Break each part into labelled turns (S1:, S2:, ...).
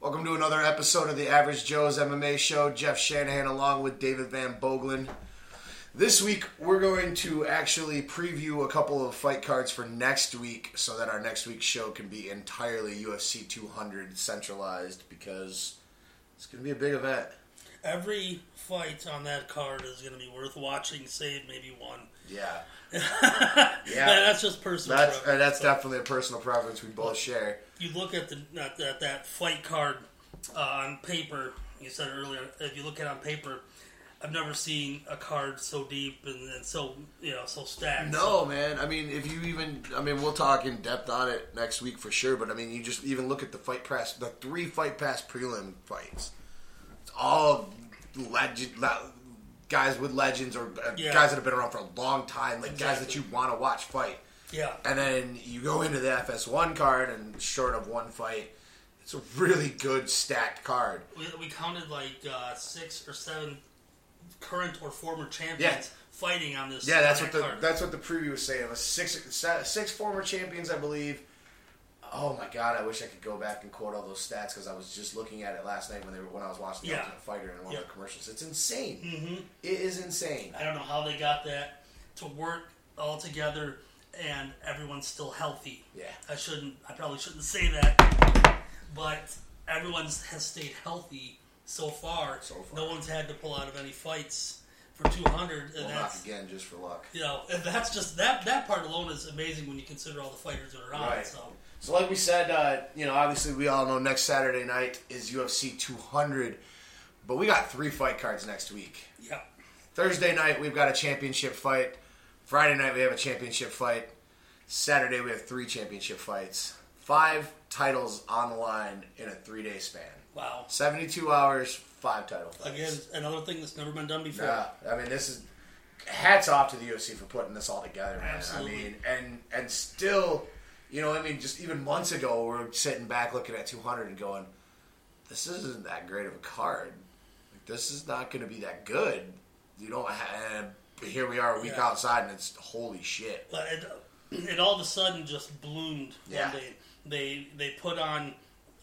S1: Welcome to another episode of the Average Joe's MMA Show. Jeff Shanahan along with David Van Boglin. This week, we're going to actually preview a couple of fight cards for next week so that our next week's show can be entirely UFC 200 centralized because it's going to be a big event.
S2: Every fight on that card is going to be worth watching, save maybe one.
S1: Yeah.
S2: Yeah, that's just personal.
S1: That's, uh,
S2: preference.
S1: that's definitely a personal preference we both share.
S2: you look at the at that, that fight card uh, on paper. You said earlier, if you look at it on paper, I've never seen a card so deep and, and so you know so stacked.
S1: No, man. I mean, if you even, I mean, we'll talk in depth on it next week for sure. But I mean, you just even look at the fight pass, the three fight pass prelim fights. It's all legend le- guys with legends or uh,
S2: Yeah.
S1: guys that have been around for a long time, like guys that
S2: Exactly.
S1: you want to watch fight.
S2: yeah,
S1: And then you go into the FS1 card, and short of one fight, it's a really good stacked card.
S2: we, we counted like uh, six or seven current or former champions
S1: Yeah.
S2: fighting on this.
S1: Yeah, that's
S2: on
S1: what
S2: that
S1: the
S2: card.
S1: that's what the preview was saying. It was six se- six former champions, I believe. Oh my god, I wish I could go back and quote all those stats because I was just looking at it last night when they were, when I was watching the
S2: Yeah.
S1: Ultimate Fighter and one of
S2: Yeah. Mm-hmm.
S1: the commercials. It's insane. It is insane.
S2: I don't know how they got that to work all together and everyone's still healthy.
S1: Yeah.
S2: I shouldn't, I probably shouldn't say that, but everyone's has stayed healthy so far.
S1: So far.
S2: No one's had to pull out of any fights for 200, and
S1: Well, knock
S2: that's,
S1: again just for luck.
S2: you know, and that's just, that, that part alone is amazing when you consider all the fighters that are on it,
S1: Right.
S2: so.
S1: So, like we said, uh, you know, obviously we all know next Saturday night is UFC 200, but we got three fight cards next week.
S2: Yeah.
S1: Thursday night we've got a championship fight. Friday night we have a championship fight. Saturday we have three championship fights. Five titles on the line in a three day span.
S2: Wow.
S1: Seventy two hours, five title fights.
S2: Again, another thing that's never been done before.
S1: Yeah, I mean this is hats off to the UFC for putting this all together, man.
S2: Absolutely.
S1: I mean, and and still, you know, I mean, just even months ago, we are sitting back looking at 200 and going, "This isn't that great of a card. Like, this is not going to be that good." You know, and here we are a week
S2: Yeah.
S1: outside, and it's holy shit.
S2: But it, it all of a sudden just bloomed
S1: Yeah.
S2: one day. They they put on,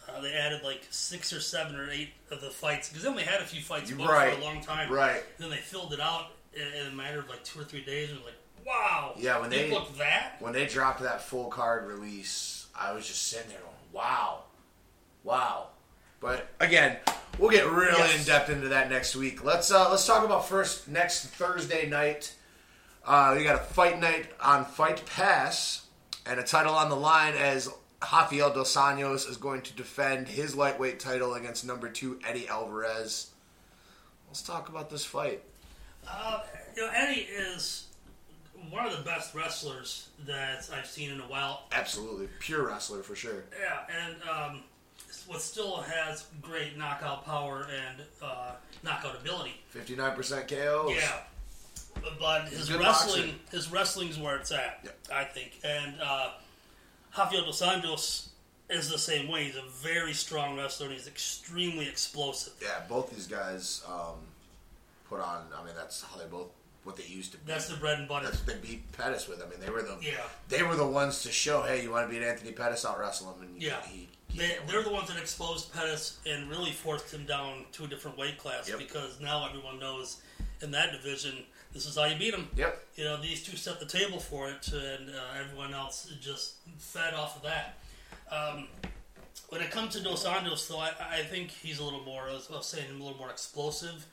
S2: uh, they added like six or seven or eight of the fights because they only had a few fights booked
S1: Right.
S2: for a long time.
S1: Right.
S2: Then they filled it out in, in a matter of like two or three days, and like, wow.
S1: Yeah, when they-
S2: they booked that.
S1: When they dropped that full card release, I was just sitting there going, "Wow, wow." But again, we'll get really
S2: Yes.
S1: in depth into that next week. Let's uh, let's talk about first next Thursday night. Uh, we got a fight night on Fight Pass and a title on the line as Rafael dos Anjos is going to defend his lightweight title against number two Eddie Alvarez. Let's talk about this fight.
S2: Uh, You know, Eddie is one of the best wrestlers that I've seen in a while.
S1: Absolutely, pure wrestler for sure.
S2: Yeah, and um, what still has great knockout power and uh, knockout ability.
S1: Fifty nine percent KOs.
S2: Yeah, but his
S1: good
S2: wrestling,
S1: boxer.
S2: his wrestling's where it's at,
S1: Yep.
S2: I think. And uh, Rafael dos Anjos is the same way. He's a very strong wrestler, and he's extremely explosive.
S1: Yeah, both these guys um, put on. I mean, that's how they both what they used to. Beat.
S2: That's the bread and butter.
S1: that's what they beat Pettis with. I mean, they were the
S2: Yeah.
S1: they were the ones to show. Hey, you want to beat Anthony Pettis? I'll wrestle him. And
S2: Yeah.
S1: he, he
S2: They, they're the ones that exposed Pettis and really forced him down to a different weight class
S1: Yep.
S2: because now everyone knows in that division this is how you beat him.
S1: Yep.
S2: You know, these two set the table for it, and uh, everyone else just fed off of that. Um, when it comes to Dos Anjos, though, I, I think he's a little more, I was, I was saying, a little more explosive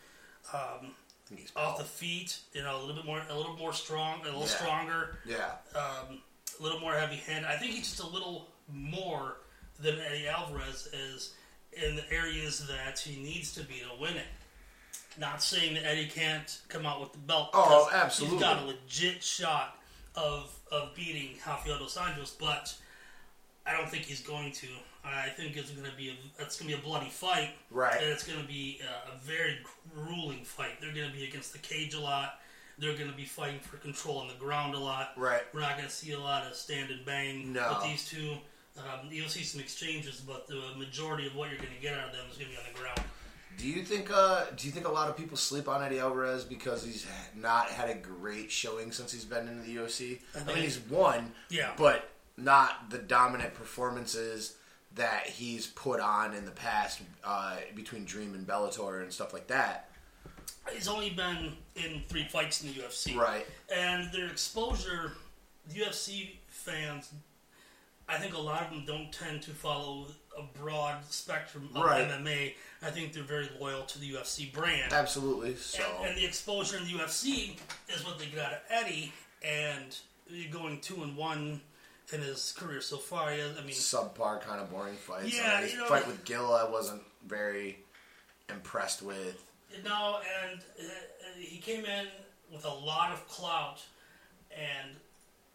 S1: I think he's
S2: off the feet. You know, a little bit more, a little more strong, a little
S1: Yeah.
S2: stronger
S1: yeah.
S2: um, a little more heavy handed. I think he's just a little more than Eddie Alvarez is in the areas that he needs to be to win it. Not saying that Eddie can't come out with the belt.
S1: Oh,
S2: because
S1: absolutely.
S2: He's got a legit shot of of beating Rafael dos Anjos, but I don't think he's going to. I think it's going to be a, it's going to be a bloody fight,
S1: Right.
S2: And it's going to be uh, a, a very grueling fight. They're going to be against the cage a lot. They're going to be fighting for control on the ground a lot.
S1: Right.
S2: We're not going to see a lot of stand and bang
S1: No.
S2: with these two. Um, you'll see some exchanges, but the majority of what you're going to get out of them is going to be on the ground.
S1: Do you think uh, do you think a lot of people sleep on Eddie Alvarez because he's not had a great showing since he's been in the UFC? I mean, he's won,
S2: Yeah.
S1: but not the dominant performances that he's put on in the past uh, between Dream and Bellator and stuff like that.
S2: He's only been in three fights in the UFC.
S1: Right.
S2: And their exposure, UFC fans, I think a lot of them don't tend to follow a broad spectrum of
S1: Right.
S2: MMA. I think they're very loyal to the UFC brand.
S1: Absolutely. So
S2: And, and the exposure in the UFC is what they got out of Eddie, and going two and one in his career so far. yeah, I mean,
S1: subpar, kind of boring fights.
S2: Yeah,
S1: his
S2: you know-
S1: fight with Gill, I wasn't very impressed with.
S2: No, and uh, uh, he came in with a lot of clout and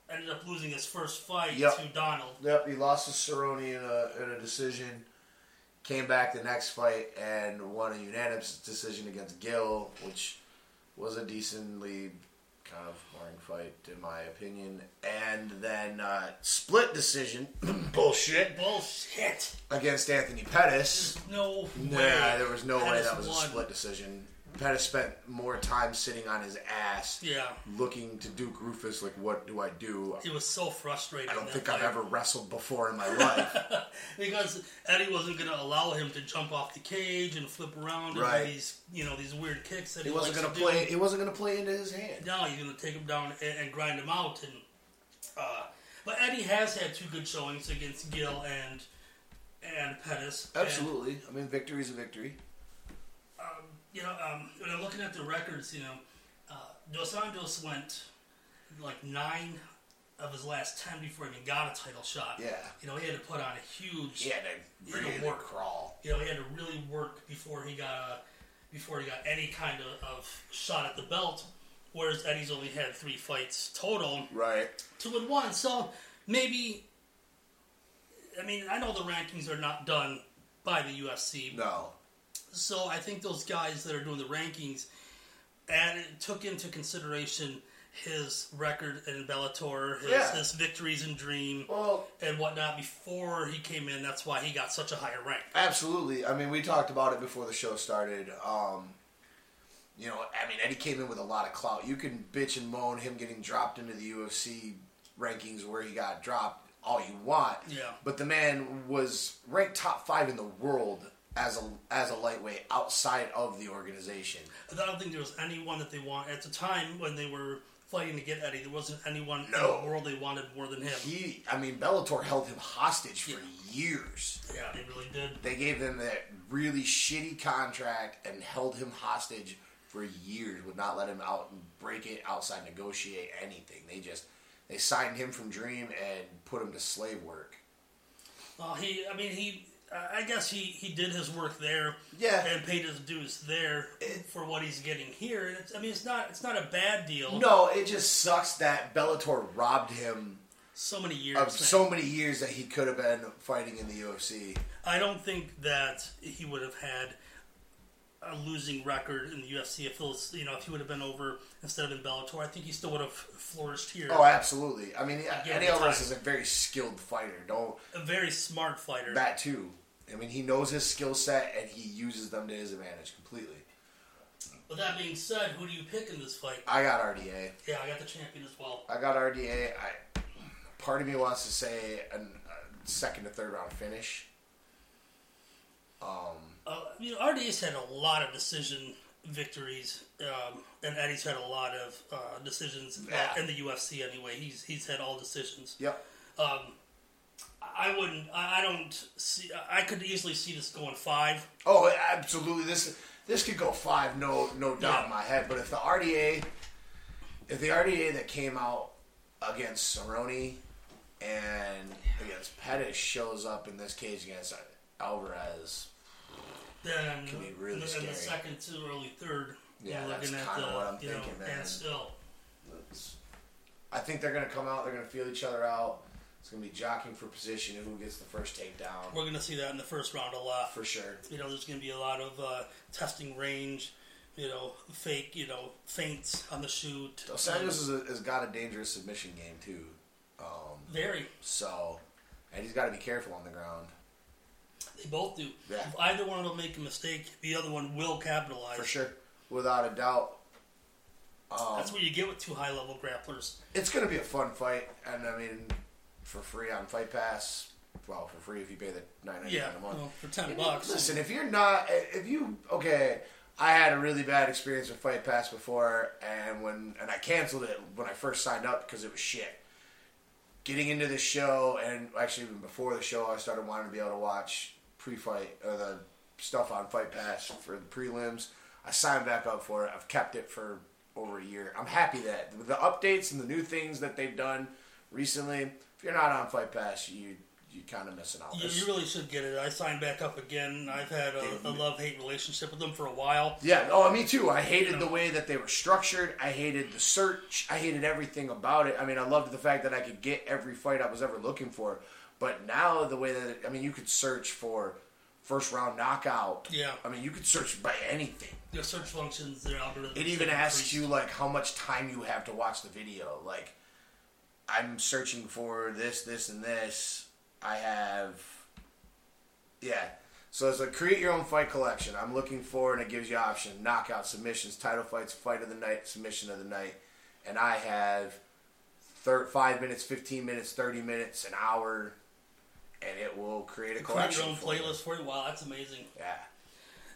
S2: ended up losing his first fight
S1: Yep.
S2: to Donald.
S1: Yep, he lost to Cerrone in a, in a decision. Came back the next fight and won a unanimous decision against Gill, which was a decently kind of boring fight, in my opinion. And then uh, split decision, bullshit,
S2: Bullshit.
S1: against Anthony Pettis.
S2: There's no
S1: Nah,
S2: way.
S1: there was no way
S2: Pettis
S1: that was
S2: won.
S1: a split decision. Pettis spent more time sitting on his ass,
S2: Yeah,
S1: looking to Duke Rufus, like, what do I do?
S2: he was so frustrated.
S1: I don't
S2: that
S1: think
S2: fight
S1: I've ever wrestled before in my life.
S2: because Eddie wasn't going to allow him to jump off the cage and flip around
S1: Right.
S2: and do these you know these weird kicks that
S1: He
S2: he,
S1: wasn't
S2: likes
S1: gonna
S2: to
S1: play.
S2: Do.
S1: He wasn't gonna play into his hand.
S2: Now he's going to take him down and, and grind him out and. Uh, but Eddie has had two good showings against Gill and and Pettis. and-
S1: Absolutely. I mean, victory's a victory.
S2: you know, um, when I'm looking at the records, you know, uh, Dos Anjos went like nine of his last ten before he even got a title shot.
S1: Yeah.
S2: You know, he had to put on a huge.
S1: He had to
S2: It'll
S1: really
S2: work.
S1: crawl.
S2: You know, he had to really work before he got a, before he got any kind of, of shot at the belt. Whereas Eddie's only had three fights total,
S1: Right.
S2: two and one. So maybe, I mean, I know the rankings are not done by the UFC,
S1: No.
S2: so I think those guys that are doing the rankings added, took into consideration his record in Bellator, his,
S1: Yeah.
S2: his victories in Dream,
S1: Well,
S2: and whatnot before he came in. That's why he got such a higher rank.
S1: absolutely. I mean, we talked about it before the show started. Um, you know, I mean, Eddie came in with a lot of clout. You can bitch and moan him getting dropped into the UFC rankings where he got dropped all you want.
S2: Yeah.
S1: But the man was ranked top five in the world as a as a lightweight outside of the organization.
S2: I don't think there was anyone that they want at the time when they were fighting to get Eddie. There wasn't anyone
S1: No.
S2: in the world they wanted more than him.
S1: He, I mean, Bellator held him hostage for years.
S2: Yeah, they really did.
S1: They gave him that really shitty contract and held him hostage for years. Would not let him out and break it outside, negotiate anything. They just they signed him from Dream and put him to slave work.
S2: Well, he, I mean, he, I I guess he, he did his work there.
S1: Yeah.
S2: And paid his dues there for what he's getting here. And it's, I mean, it's not, it's not a bad deal.
S1: No, it just sucks that Bellator robbed him
S2: So many years.
S1: of
S2: now.
S1: so many years that he could have been fighting in the UFC.
S2: I don't think that he would have had a losing record in the UFC if those, you know, if he would have been over instead of in Bellator. I think he still would have flourished here.
S1: Oh, absolutely. I mean,
S2: Give
S1: Eddie
S2: him
S1: Alvarez
S2: time.
S1: is a very skilled fighter. Don't
S2: a very smart fighter.
S1: That too. I mean, he knows his skill set and he uses them to his advantage completely.
S2: With that being said, who do you pick in this fight?
S1: I got RDA.
S2: Yeah, I got the champion as well.
S1: I got RDA. I part of me wants to say an, a second to third round finish.
S2: Uh, you know, RDA's had a lot of decision victories, um, and Eddie's had a lot of uh, decisions uh,
S1: Yeah.
S2: in the UFC anyway. He's he's had all decisions.
S1: Yep.
S2: I wouldn't. I I don't see. I could easily see this going five.
S1: Oh, absolutely. This this could go five. No, no doubt in
S2: Yeah.
S1: my head. But if the RDA, if the RDA that came out against Cerrone and against Pettis shows up in this cage against Alvarez,
S2: Then
S1: be really
S2: in, the, in
S1: scary.
S2: the second to early third,
S1: Yeah,
S2: you're looking
S1: that's
S2: at
S1: kinda
S2: the
S1: what I'm
S2: you know
S1: thinking, man.
S2: and still.
S1: I think they're gonna come out. They're gonna feel each other out. It's gonna be jockeying for position and who gets the first takedown
S2: We're going to see that in the first round a lot.
S1: for sure.
S2: You know, there's going to be a lot of uh, testing range, you know, fake, you know, feints on the shoot.
S1: Dos Anjos is a, has got a dangerous submission game too,
S2: Um, Very.
S1: so and he's got to be careful on the ground.
S2: They both do.
S1: Yeah.
S2: If either one will make a mistake, the other one will capitalize.
S1: For sure, without a doubt,
S2: That's what you get with two high level grapplers.
S1: it's gonna be a fun fight. And I mean, for free on Fight Pass, well for free if you pay the nine ninety
S2: Yeah,
S1: nine a month.
S2: well, for ten bucks.
S1: Listen, if you're not, if you okay, I had a really bad experience with Fight Pass before, and when and I canceled it when I first signed up because it was shit. Getting into the show, and actually even before the show, I started wanting to be able to watch pre-fight or the stuff on Fight Pass for the prelims. I signed back up for it. I've kept it for over a year. I'm happy that with the updates and the new things that they've done recently. If you're not on Fight Pass, you you kind of missing out.
S2: You,
S1: There's-
S2: you really should get it. I signed back up again. I've had a, a love hate relationship with them for a while.
S1: Yeah, oh, me too. I hated the way that they were structured. I hated the search. I hated everything about it. I mean, I loved the fact that I could get every fight I was ever looking for. But now, the way that, it, I mean, you could search for first round knockout.
S2: Yeah.
S1: I mean, you could search by anything.
S2: Their search functions, their algorithms.
S1: It even
S2: have
S1: asks
S2: increased.
S1: you, like, how much time you have to watch the video. Like, I'm searching for this, this, and this. I have yeah. So it's like create your own fight collection. I'm looking for, and it gives you option: knockout, submissions, title fights, fight of the night, submission of the night. And I have thir- five minutes, fifteen minutes, thirty minutes, an hour, and it will create a
S2: Create
S1: collection.
S2: your own
S1: for you.
S2: playlist for you. Wow, that's amazing.
S1: Yeah.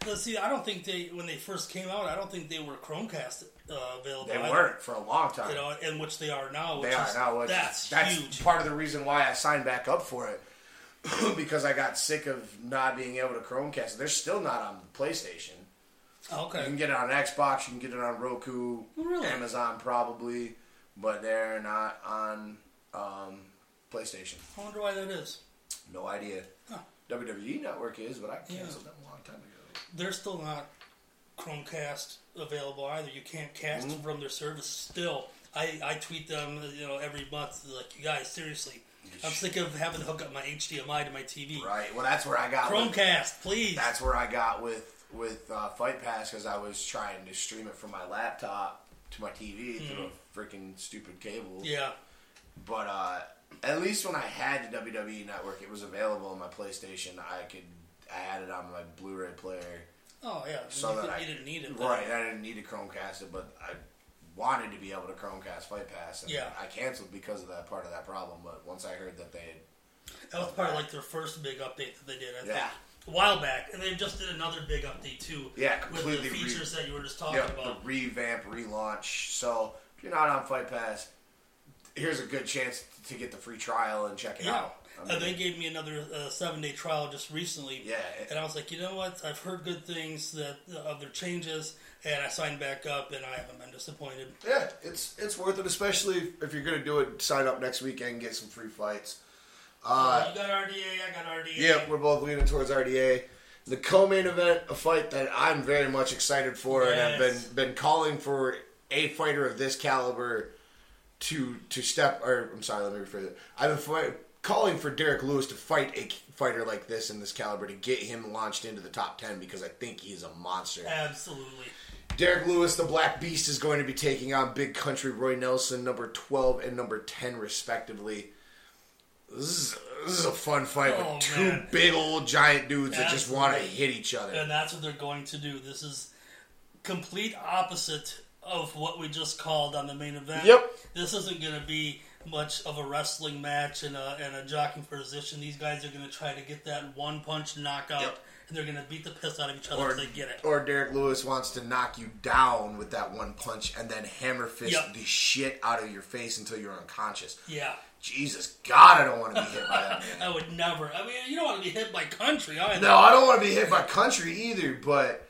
S2: Now, see, I don't think they when they first came out. I don't think they were Chromecast uh, available.
S1: They
S2: either,
S1: weren't for a long
S2: you
S1: time.
S2: know, and which they are now. Which
S1: They are
S2: is,
S1: now. Which
S2: that's
S1: that's
S2: huge.
S1: part of the reason why I signed back up for it because I got sick of not being able to Chromecast. They're still not on PlayStation. You
S2: okay,
S1: can get it on Xbox. You can get it on Roku,
S2: Oh, Really?
S1: Amazon, probably, but they're not on um, PlayStation.
S2: I wonder why that is.
S1: No idea.
S2: Huh.
S1: WWE Network is, but I canceled
S2: Yeah.
S1: them a long time ago.
S2: They're still not Chromecast available either. You can't cast
S1: Mm-hmm.
S2: from their service still. I, I tweet them you know every month like you guys seriously. I'm sick of having to hook up my HDMI to my TV.
S1: Right. Well, that's where I got. With,
S2: Chromecast, please.
S1: that's where I got with with uh, Fight Pass because I was trying to stream it from my laptop to my TV through a freaking stupid cable.
S2: Mm. yeah.
S1: But uh, at least when I had the WWE Network, it was available on my PlayStation. I could. I had it on my Blu-ray player.
S2: Oh yeah.
S1: so
S2: you,
S1: that
S2: didn't-
S1: I
S2: you didn't need it. but-
S1: Right, I didn't need to Chromecast it, but I wanted to be able to Chromecast Fight Pass. And
S2: Yeah.
S1: I canceled because of that part of that problem. But once I heard that they, had,
S2: That was probably like their first big update that they did. I
S1: Yeah.
S2: think. A while back, and they just did another big update too.
S1: Yeah,
S2: With
S1: completely
S2: the
S1: re-
S2: features that you were just talking
S1: yeah,
S2: about.
S1: the revamp, relaunch. So if you're not on Fight Pass, here's a good chance to get the free trial and check it
S2: Yeah.
S1: out. I
S2: Uh,
S1: mean,
S2: they gave me another uh, seven day trial just recently.
S1: Yeah, it-
S2: And I was like, you know what? I've heard good things that uh, of their changes, and I signed back up, and I haven't been disappointed.
S1: yeah, it's it's worth it, especially if you're gonna do it. Sign up next weekend, get some free fights.
S2: you got RDA, I got RDA.
S1: Uh, Yeah, we're both leaning towards RDA. The co-main event, a fight that I'm very much excited for, and I've
S2: Yes.
S1: been been calling for a fighter of this caliber to to step. Or I'm sorry, let me rephrase it. I've been fight, calling for Derek Lewis to fight a fighter like this in this caliber to get him launched into the top ten because I think he's a monster.
S2: Absolutely.
S1: Derek Lewis, the Black Beast, is going to be taking on Big Country Roy Nelson, number 12 and number 10, respectively. This is, this is a fun fight
S2: Oh,
S1: with two
S2: man.
S1: big old giant dudes that just want to
S2: Absolutely.
S1: hit each other.
S2: And that's what they're going to do. This is complete opposite of what we just called on the main event.
S1: Yep.
S2: This isn't going to be much of a wrestling match and a, and a jockeying for position. These guys are going to try to get that one punch knockout,
S1: Yep.
S2: and they're going to beat the piss out of each other
S1: Or,
S2: if they get it.
S1: or Derek Lewis wants to knock you down with that one punch and then hammer fist
S2: Yep.
S1: the shit out of your face until you're unconscious.
S2: yeah.
S1: Jesus God, I don't want to be hit by that man.
S2: I would never. I mean, you don't want to be hit by country either.
S1: No, I don't want to be hit by country either, but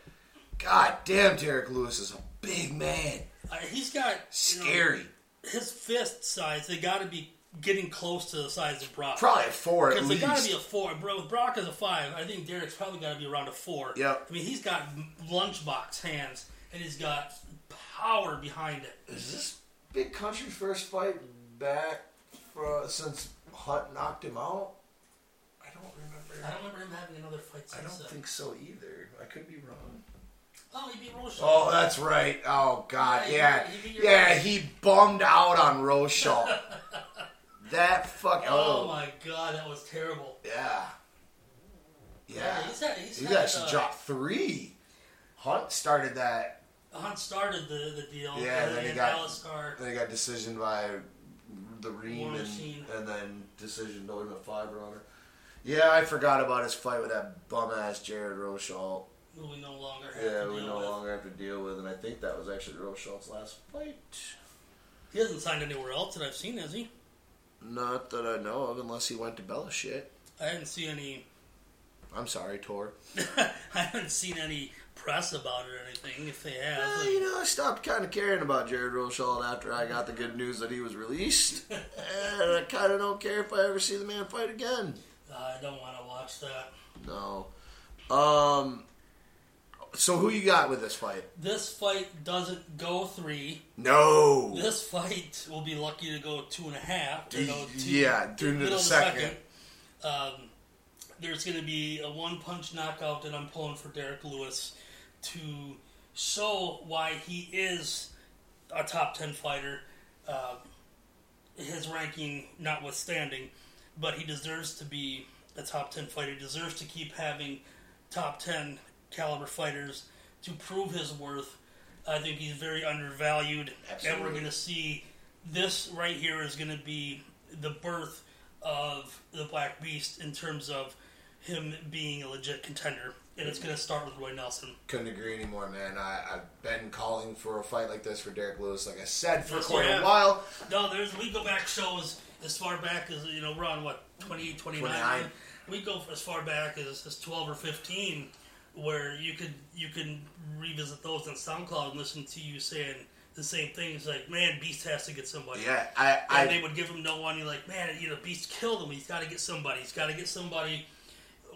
S1: God damn, Derek Lewis is a big man.
S2: Uh, he's got you know,
S1: Scary.
S2: his fist size, they got to be getting close to the size of Brock.
S1: Probably a four at
S2: Because they
S1: least.
S2: got to be a four. Bro, Brock is a five. I think Derek's probably got to be around a four.
S1: Yep.
S2: I mean, he's got lunchbox hands, and he's got power behind it.
S1: Is this big country first fight back for, since Hunt knocked him out? I don't
S2: I
S1: remember.
S2: don't remember him having another fight
S1: I
S2: since
S1: don't
S2: then.
S1: think so either. I could be wrong.
S2: Oh, he beat Roshan.
S1: Oh, that's right. Oh God, yeah,
S2: Yeah, you- you- you're
S1: yeah.
S2: right.
S1: He bummed out on Rochelle. that fuck.
S2: Oh,
S1: Oh,
S2: my God, that was terrible.
S1: yeah, yeah.
S2: he's had he's
S1: He
S2: had,
S1: actually
S2: uh,
S1: dropped three. Hunt started that.
S2: Hunt started the the deal.
S1: Yeah,
S2: and
S1: then he
S2: and
S1: got-
S2: Alistar.
S1: Then he got decisioned by the Ream
S2: War
S1: and,
S2: Machine.
S1: and then decisioned over the five runner. Yeah, I forgot about his fight with that bum ass Jared Rochal.
S2: who we no longer have
S1: Yeah,
S2: to
S1: we
S2: deal
S1: no
S2: with.
S1: longer have to deal with, and I think that was actually Rochal's last fight.
S2: He hasn't signed anywhere else that I've seen, has he?
S1: Not that I know of, unless he went to Bella shit.
S2: I haven't seen any.
S1: I'm sorry, Tor.
S2: I haven't seen any press about it or anything. If they have,
S1: Well,
S2: like-
S1: Ah, you know, I stopped kind of caring about Jared Rochal after I got the good news that he was released, and I kind of don't care if I ever see the man fight again.
S2: Uh, I don't want to watch that.
S1: No. Um. So who you got with this fight?
S2: This fight doesn't go three.
S1: No.
S2: This fight will be lucky to go two and a half. To go two,
S1: Yeah, through to the
S2: middle of
S1: second.
S2: Um, there's going to be a one punch knockout that I'm pulling for Derek Lewis to show why he is a top 10 fighter, uh, his ranking notwithstanding, but he deserves to be a top 10 fighter. He deserves to keep having top 10 caliber fighters to prove his worth. I think he's very undervalued, and we're
S1: Absolutely.
S2: going to see this right here is going to be the birth of the Black Beast in terms of him being a legit contender, and it's going to start with Roy Nelson.
S1: Couldn't agree anymore, man. I, I've been calling for a fight like this for Derek Lewis, like I said, for
S2: Yes,
S1: quite
S2: you
S1: a
S2: have.
S1: while.
S2: No, there's we go back shows as far back as you know we're on what 20, 29.
S1: 29.
S2: We go as far back as, as twelve or fifteen, where you could you can revisit those on SoundCloud and listen to you saying the same things like, "Man, Beast has to get somebody."
S1: Yeah, I,
S2: And
S1: I
S2: they would give him no one. You're like, man, you know, Beast killed him. He's got to get somebody. He's got to get somebody.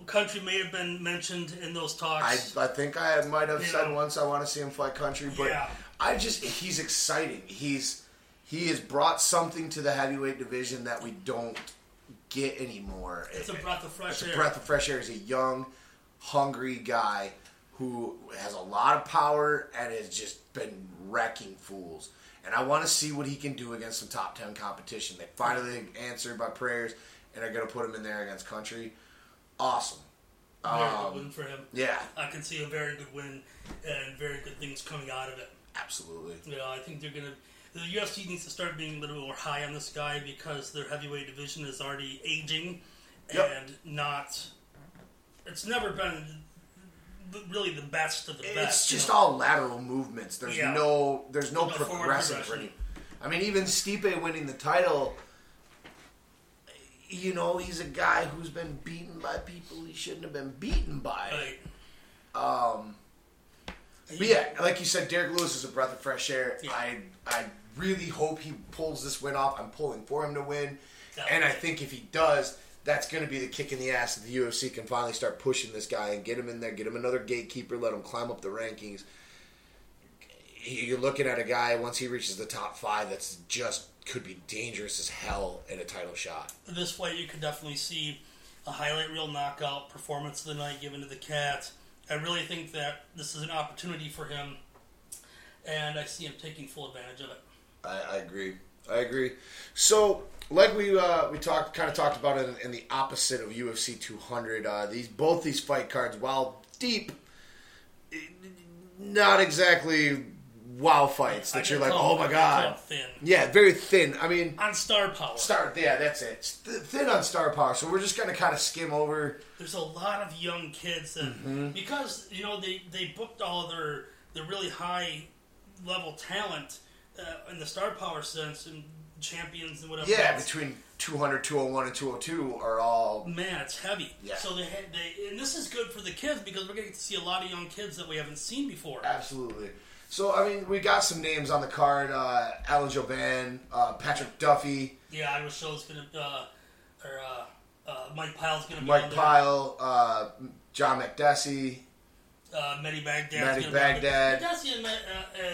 S2: Country may have been mentioned in those
S1: I,
S2: talks.
S1: I think I might have
S2: You
S1: said
S2: know.
S1: once I want to see him fight country, but
S2: Yeah.
S1: I just he's exciting. He's he has brought something to the heavyweight division that we don't get anymore.
S2: it's a breath of fresh
S1: It's
S2: air.
S1: a breath of fresh air. He's a young, hungry guy who has a lot of power and has just been wrecking fools. And I want to see what he can do against some top ten competition. They finally answered my prayers and are going to put him in there against Country. Awesome.
S2: Very good
S1: um
S2: win for him.
S1: Yeah,
S2: I can see a very good win and very good things coming out of it.
S1: absolutely.
S2: You know, I think they're gonna. The UFC needs to start being a little more high on this guy because their heavyweight division is already aging
S1: Yep.
S2: and not. It's never been really the best of the
S1: It's
S2: best. you
S1: just
S2: know?
S1: all lateral movements. There's
S2: Yeah.
S1: no there's no,
S2: No forward
S1: progressing for
S2: progression.
S1: any. I mean, even Stipe winning the title. You know, he's a guy who's been beaten by people he shouldn't have been beaten by.
S2: Right. Um.
S1: But yeah, like you said, Derek Lewis is a breath of fresh air.
S2: Yeah.
S1: I I really hope he pulls this win off. I'm pulling for him to win,
S2: Definitely.
S1: and I think if he does, that's going to be the kick in the ass that the UFC can finally start pushing this guy and get him in there, get him another gatekeeper, let him climb up the rankings. You're looking at a guy once he reaches the top five that's just could be dangerous as hell in a title shot.
S2: this way you could definitely see a highlight reel knockout performance of the night given to the Cats. I really think that this is an opportunity for him, and I see him taking full advantage of it.
S1: I, I agree. I agree. So, like we uh, we talked, kind of talked about it in, in the opposite of UFC 200. Uh, these both these fight cards, while deep, eh, not exactly wow fights
S2: I
S1: that
S2: can
S1: you're like,
S2: tell-
S1: oh
S2: I
S1: my
S2: can
S1: god.
S2: tell Thin
S1: Yeah, very thin. I mean,
S2: on star power.
S1: star. Yeah, that's it. It's th- Thin on star power. So we're just gonna kind of skim over.
S2: There's a lot of young kids that
S1: Mm-hmm.
S2: because you know they they booked all their their really high level talent uh, in the star power sense and champions and whatever.
S1: Yeah,
S2: else.
S1: between 200, 201, and 202 are all.
S2: man, it's heavy.
S1: Yeah.
S2: So they, had- they and this is good for the kids because we're going to see a lot of young kids that we haven't seen before.
S1: Uh, Absolutely. So I mean, we got some names on the card: uh, Alan Joban, uh, Patrick Duffy,
S2: Yeah, Irish Show's going to, uh, or uh, uh, Mike Pyle's going to be on
S1: Mike
S2: there.
S1: Pyle, uh, John McDessie.
S2: uh, Mehdi Baghdad's
S1: Mehdi
S2: gonna be on there.
S1: Baghdad.
S2: Mehdi and, uh,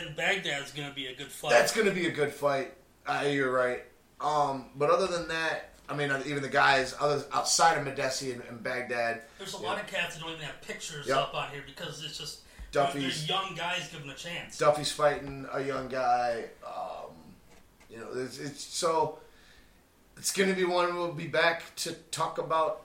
S2: and Baghdad's going to be a good fight.
S1: That's going to be a good fight. Uh, you're right. Um, but other than that, I mean, uh, even the guys other outside of Medesi and, and Baghdad.
S2: There's a lot of cats that don't even have pictures
S1: Yep.
S2: up on here because it's just
S1: Duffy's-
S2: there's young guys given a chance.
S1: Duffy's fighting a young guy. Um, you know, it's, it's so it's going to be one we'll be back to talk about.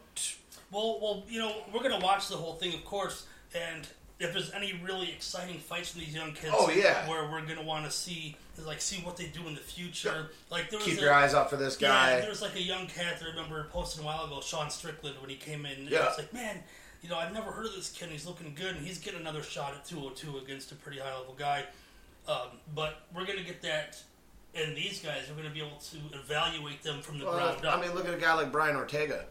S2: Well, well, you know, we're gonna watch the whole thing, of course, and if there's any really exciting fights from these young kids,
S1: Oh, yeah.
S2: where we're gonna want to see like see what they do in the future. Like there was
S1: Keep
S2: a,
S1: your eyes out for this
S2: yeah,
S1: guy.
S2: there was like a young cat that I remember posting a while ago, Sean Strickland, when he came in. Yeah.
S1: Yeah.
S2: I was like, man, you know, I've never heard of this kid. and He's looking good, and he's getting another shot at 202 against a pretty high level guy. Um, but we're going to get that, and these guys are going to be able to evaluate them from the
S1: Well,
S2: ground up.
S1: I mean, look at a guy like Brian Ortega.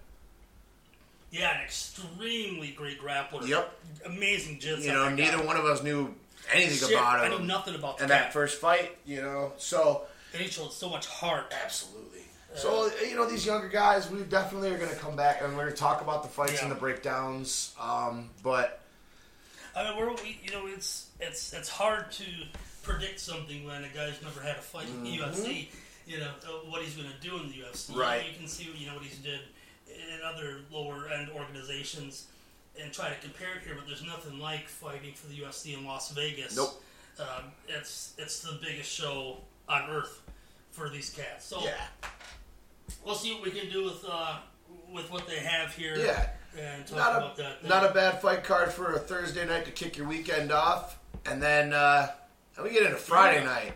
S2: yeah, an extremely great grappler.
S1: Yep.
S2: Amazing jiu
S1: You know, neither one of us knew anything
S2: Shit,
S1: about him.
S2: I knew nothing about
S1: And
S2: the
S1: that
S2: cat.
S1: first fight, you know, so
S2: And he showed so much heart.
S1: absolutely. So you know, these younger guys, we definitely are going to come back and we're going to talk about the fights
S2: Yeah.
S1: and the breakdowns. Um, but
S2: I mean, we're, we, you know, it's it's it's hard to predict something when a guy's never had a fight in
S1: Mm-hmm.
S2: the UFC. You know uh, what he's going to do in the UFC.
S1: Right.
S2: You can see you know what he's did in other lower end organizations and try to compare it here, but there's nothing like fighting for the UFC in Las Vegas.
S1: Nope.
S2: Um, it's it's the biggest show on earth for these cats. So
S1: yeah,
S2: we'll see what we can do with uh, with what they have here.
S1: Yeah.
S2: And talk
S1: not
S2: about that.
S1: a not a bad fight card for a Thursday night to kick your weekend off, and then uh, and we get into Friday
S2: Yeah.
S1: night.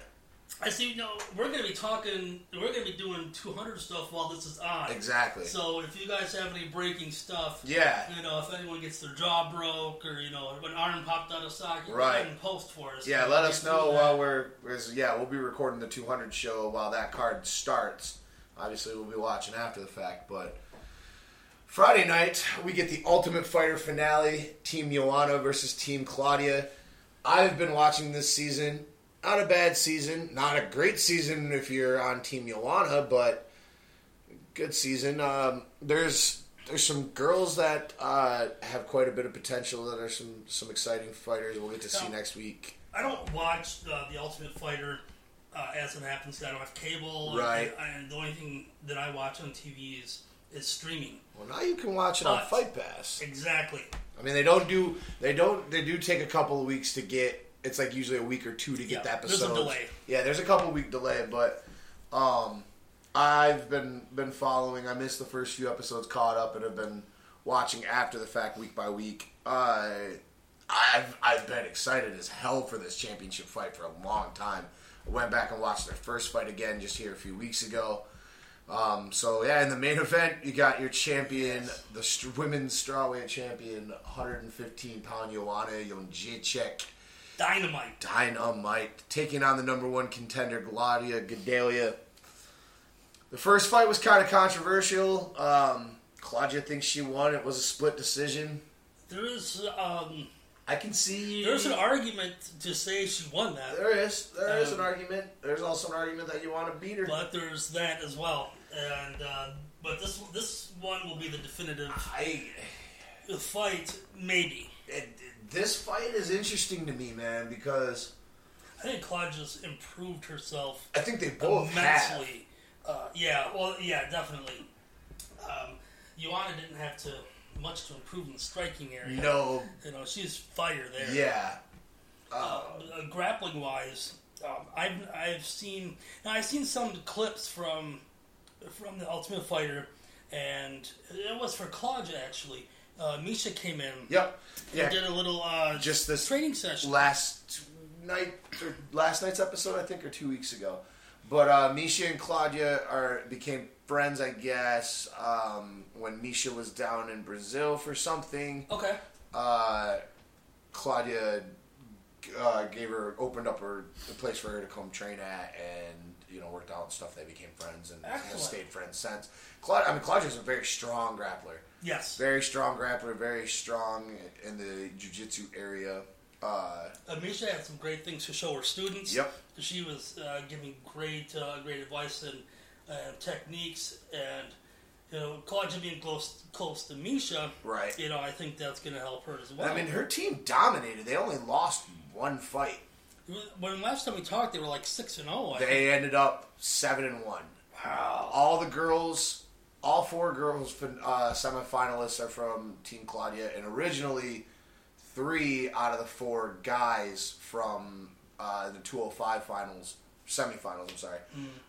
S2: I see. You know, we're going to be talking. We're going to be doing 200 stuff while this is on.
S1: Exactly.
S2: So if you guys have any breaking stuff,
S1: Yeah.
S2: you know, if anyone gets their jaw broke or you know, if an arm popped out of socket,
S1: Right.
S2: And post for us.
S1: Yeah, let us
S2: Get
S1: know uh,
S2: through
S1: while
S2: that.
S1: we're. 'cause, Yeah, we'll be recording the 200 show while that card starts. Obviously, we'll be watching after the fact, but Friday night we get the Ultimate Fighter finale: Team Joanna versus Team Claudia. I've been watching this season. Not a bad season. Not a great season if you're on Team Joanna, but good season. Um, there's there's some girls that uh, have quite a bit of potential. That are some some exciting fighters. We'll get to see
S2: Yeah.
S1: next week.
S2: I don't watch uh, the Ultimate Fighter uh, as it happens. I don't have cable.
S1: Right.
S2: And, and the only thing that I watch on TV is is streaming.
S1: Well, now you can watch it on
S2: But-
S1: Fight Pass.
S2: Exactly.
S1: I mean, they don't do they don't they do take a couple of weeks to get. It's like usually a week or two to get
S2: Yeah,
S1: the
S2: there's a
S1: episode.
S2: delay.
S1: Yeah, there's a couple week delay, but um, I've been been following. I missed the first few episodes, caught up, and have been watching after the fact week by week. Uh, I've I've been excited as hell for this championship fight for a long time. I went back and watched their first fight again just here a few weeks ago. Um, so yeah, in the main event, you got your champion, the st- women's strawweight champion, 115 pound Joanna Jędrzejczyk,
S2: Dynamite.
S1: Dynamite, taking on the number one contender Gladia Gadelia. The first fight was kind of controversial. Um, Claudia thinks she won. It was a split decision.
S2: There is um,
S1: I can see
S2: there's an argument to say she won that.
S1: There is there is an
S2: Um,
S1: argument. There's also an argument that you want to beat her.
S2: But there's that as well, and uh, but this this one will be the definitive
S1: I
S2: fight, maybe.
S1: it, this fight is interesting to me, man, because
S2: I think Claudia's improved herself
S1: I think they both have.
S2: immensely. Uh, yeah, well, yeah, definitely. Um, Ioana didn't have to much to improve in the striking area.
S1: No,
S2: You know, she's fire there.
S1: yeah,
S2: Uh, uh, grappling wise, um, I've I've seen now I've seen some clips from from the Ultimate Fighter, and it was for Claudia actually. Uh, Misha came in.
S1: yep, yeah.
S2: We did a little uh,
S1: Just this
S2: training session.
S1: last night or last night's episode, I think, or two weeks ago. But uh, Misha and Claudia are became friends, I guess, um, when Misha was down in Brazil for something.
S2: okay.
S1: Uh, Claudia uh, gave her opened up her a place for her to come train at, and you know worked out and stuff. They became friends and have
S2: Excellent.
S1: stayed friends since. Claudia, I mean, Claudia's a very strong grappler
S2: Yes.
S1: very strong grappler, very strong in the jiu-jitsu area. Uh,
S2: Uh, Misha had some great things to show her students.
S1: Yep.
S2: She was uh, giving great uh, great advice and uh, techniques, and you know Claudia being close close to Misha.
S1: Right.
S2: You know, I think that's going to help her as well.
S1: I mean, her team dominated. They only lost one fight.
S2: When last time we talked, they were like six and oh, zero.
S1: They ended up seven and one.
S2: Wow.
S1: All the girls, all four girls, fin- uh, semifinalists are from Team Claudia, and originally three out of the four guys from uh, the 205 finals, semifinals, I'm sorry,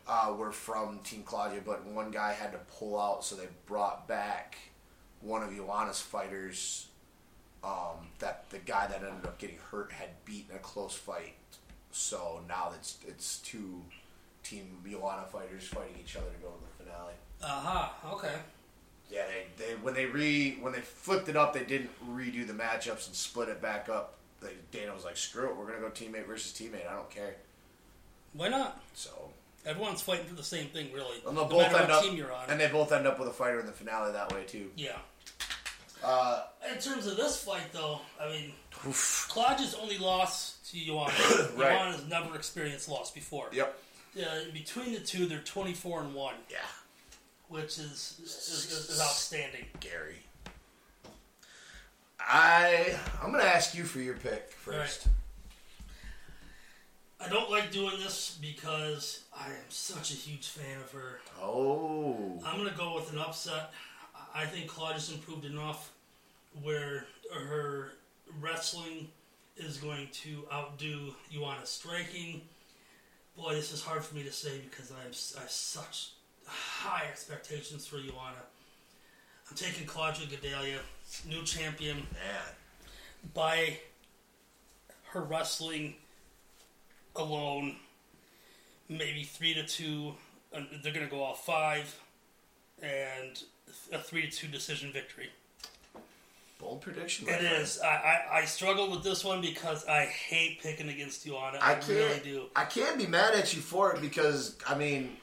S1: uh, were from Team Claudia, but one guy had to pull out, so they brought back one of Ioana's fighters um, that the guy that ended up getting hurt had beat in a close fight. So now it's it's two Team Milana fighters fighting each other to go to the finale.
S2: Aha, okay.
S1: Yeah, they, they when they re when they flipped it up, they didn't redo the matchups and split it back up. They, Dana was like, "Screw it, we're gonna go teammate versus teammate. I don't care."
S2: Why not?
S1: So
S2: Everyone's fighting for the same thing, really.
S1: and
S2: no
S1: they'll both
S2: matter
S1: end
S2: what
S1: up,
S2: team you're on.
S1: and they both end up with a fighter in the finale that way too.
S2: yeah.
S1: Uh,
S2: In terms of this fight, though, I mean, Klodge's only loss to Ioana.
S1: Right.
S2: Ioana has never experienced loss before.
S1: yep.
S2: Uh, between the two, they're 24 and 1,
S1: Yeah,
S2: which is, is, is, is outstanding.
S1: Gary. I I'm gonna ask you for your pick
S2: right.
S1: first.
S2: I don't like doing this because I am such a huge fan of her.
S1: Oh,
S2: I'm gonna go with an upset. I- I think Claudia's improved enough where her wrestling is going to outdo Ioana's striking. Boy, this is hard for me to say because I, am, s- I have such high expectations for Ioana. I'm taking Claudia Gadelia, new champion,
S1: man.
S2: by her wrestling alone, maybe three to two. and They're going to go all five, and a three to two decision victory.
S1: Bold prediction. my
S2: It
S1: friend.
S2: is. I, I, I struggle with this one because I hate picking against Ioana. I,
S1: I can't.
S2: really do.
S1: I can't be mad at you for it because I mean,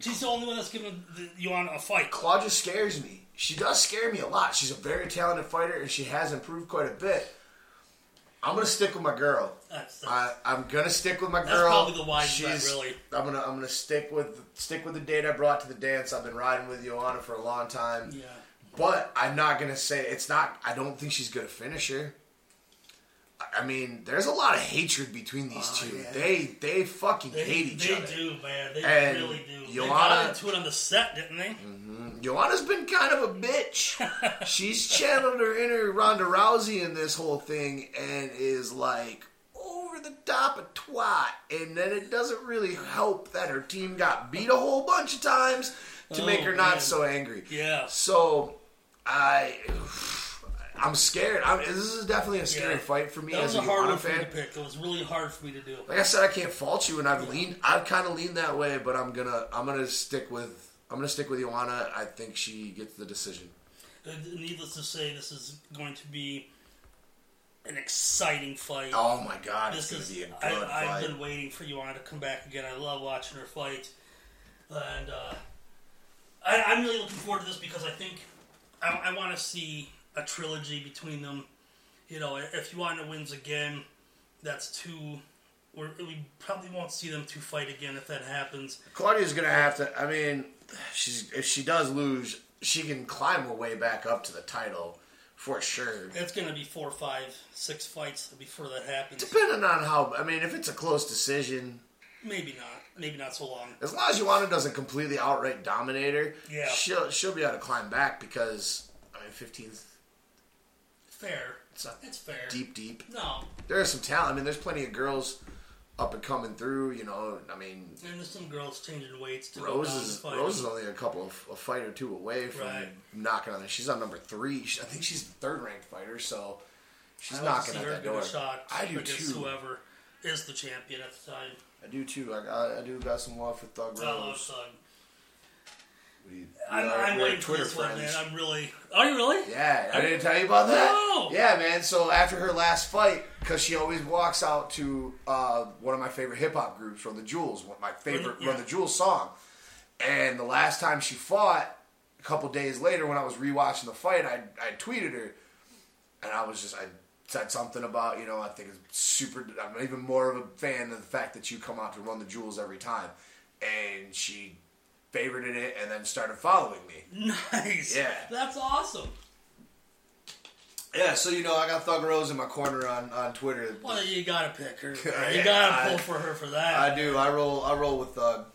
S2: She's the only one that's given the, Ioana a fight.
S1: Claudia scares me. She does scare me a lot. She's a very talented fighter, and she has improved quite a bit. I'm gonna stick with my girl.
S2: That's, that's,
S1: I, I'm gonna stick with my girl.
S2: probably the wise bet, really.
S1: I'm gonna I'm gonna stick with stick with the date I brought to the dance. I've been riding with Joanna for a long time.
S2: yeah.
S1: But I'm not gonna say it's not. I don't think she's gonna finish her. I- I mean, there's a lot of hatred between these two.
S2: Oh, yeah.
S1: They they fucking
S2: They,
S1: hate each
S2: they
S1: other.
S2: do, man. They
S1: And Mm.
S2: really do. they
S1: Ioana-
S2: got into it on the set, didn't they?
S1: Joanna's been kind of a bitch. She's channeled her inner Ronda Rousey in this whole thing and is like over the top a twat. And then it doesn't really help that her team got beat a whole bunch of times to make
S2: Oh,
S1: her not
S2: man.
S1: so angry.
S2: Yeah.
S1: So I. I'm scared. I'm, this is definitely a scary
S2: Yeah.
S1: fight for me
S2: That was
S1: as a
S2: a hard
S1: Joanna
S2: one for me
S1: fan.
S2: to pick. It was really hard for me to do.
S1: Like I said, I can't fault you, and I've leaned. I've kind of leaned that way, but I'm gonna. I'm gonna stick with. I'm gonna stick with Joanna. I think she gets the decision.
S2: Uh, Needless to say, this is going to be an exciting fight.
S1: Oh my god,
S2: this
S1: it's
S2: is.
S1: gonna be a
S2: I,
S1: good
S2: I've
S1: fight.
S2: been waiting for Ioana to come back again. I love watching her fight, and uh, I, I'm really looking forward to this because I think I, I want to see a trilogy between them. You know, if Ioana wins again, that's two. We're, we probably won't see them two fight again if that happens.
S1: Claudia's gonna have to. I mean, she's if she does lose, she can climb her way back up to the title for sure.
S2: It's going to be four, five, six fights before that happens.
S1: Depending on how, I mean, if it's a close decision,
S2: Maybe not. Maybe not so long.
S1: as long as Joanna doesn't completely outright dominate her,
S2: Yeah.
S1: she'll she'll be able to climb back because I mean, fifteenth,
S2: Fair.
S1: it's not
S2: It's fair.
S1: deep, deep.
S2: No,
S1: There is some talent. I mean, there's plenty of girls up and coming through. You know, I mean,
S2: and there's some girls changing weights to
S1: Rose
S2: go down
S1: is
S2: and fight.
S1: Rose is only a couple of a fight or two away from
S2: Right.
S1: knocking on it. She's on number three. She, I think she's the third ranked fighter, so she's
S2: I want
S1: knocking
S2: to see
S1: at
S2: her
S1: that
S2: get
S1: door.
S2: a shot
S1: I do
S2: against
S1: too.
S2: whoever is the champion at the time.
S1: I do too. I, got, I do got some love for Thug
S2: I love
S1: Rose.
S2: Sun.
S1: We- we
S2: I'm,
S1: are-
S2: I'm
S1: we're
S2: waiting for this one, man. I'm really. Are you really?
S1: Yeah, I didn't tell you about that.
S2: No!
S1: Yeah, man. So after her last fight, because she always walks out to uh, one of my favorite hip hop groups, Run the Jewels, one of my favorite
S2: yeah.
S1: Run the Jewels song. And the last time she fought, a couple days later, when I was rewatching the fight, I I tweeted her, and I was just I said something about you know I think it's super. I'm even more of a fan of the fact that you come out to Run the Jewels every time, and she favorited it and then started following me.
S2: Nice.
S1: Yeah.
S2: That's awesome.
S1: Yeah, so you know, I got Thug Rose in my corner on, on Twitter.
S2: Well, you gotta pick her.
S1: Yeah,
S2: you gotta pull
S1: I-
S2: for her for that.
S1: I do. I roll. I roll with Thug.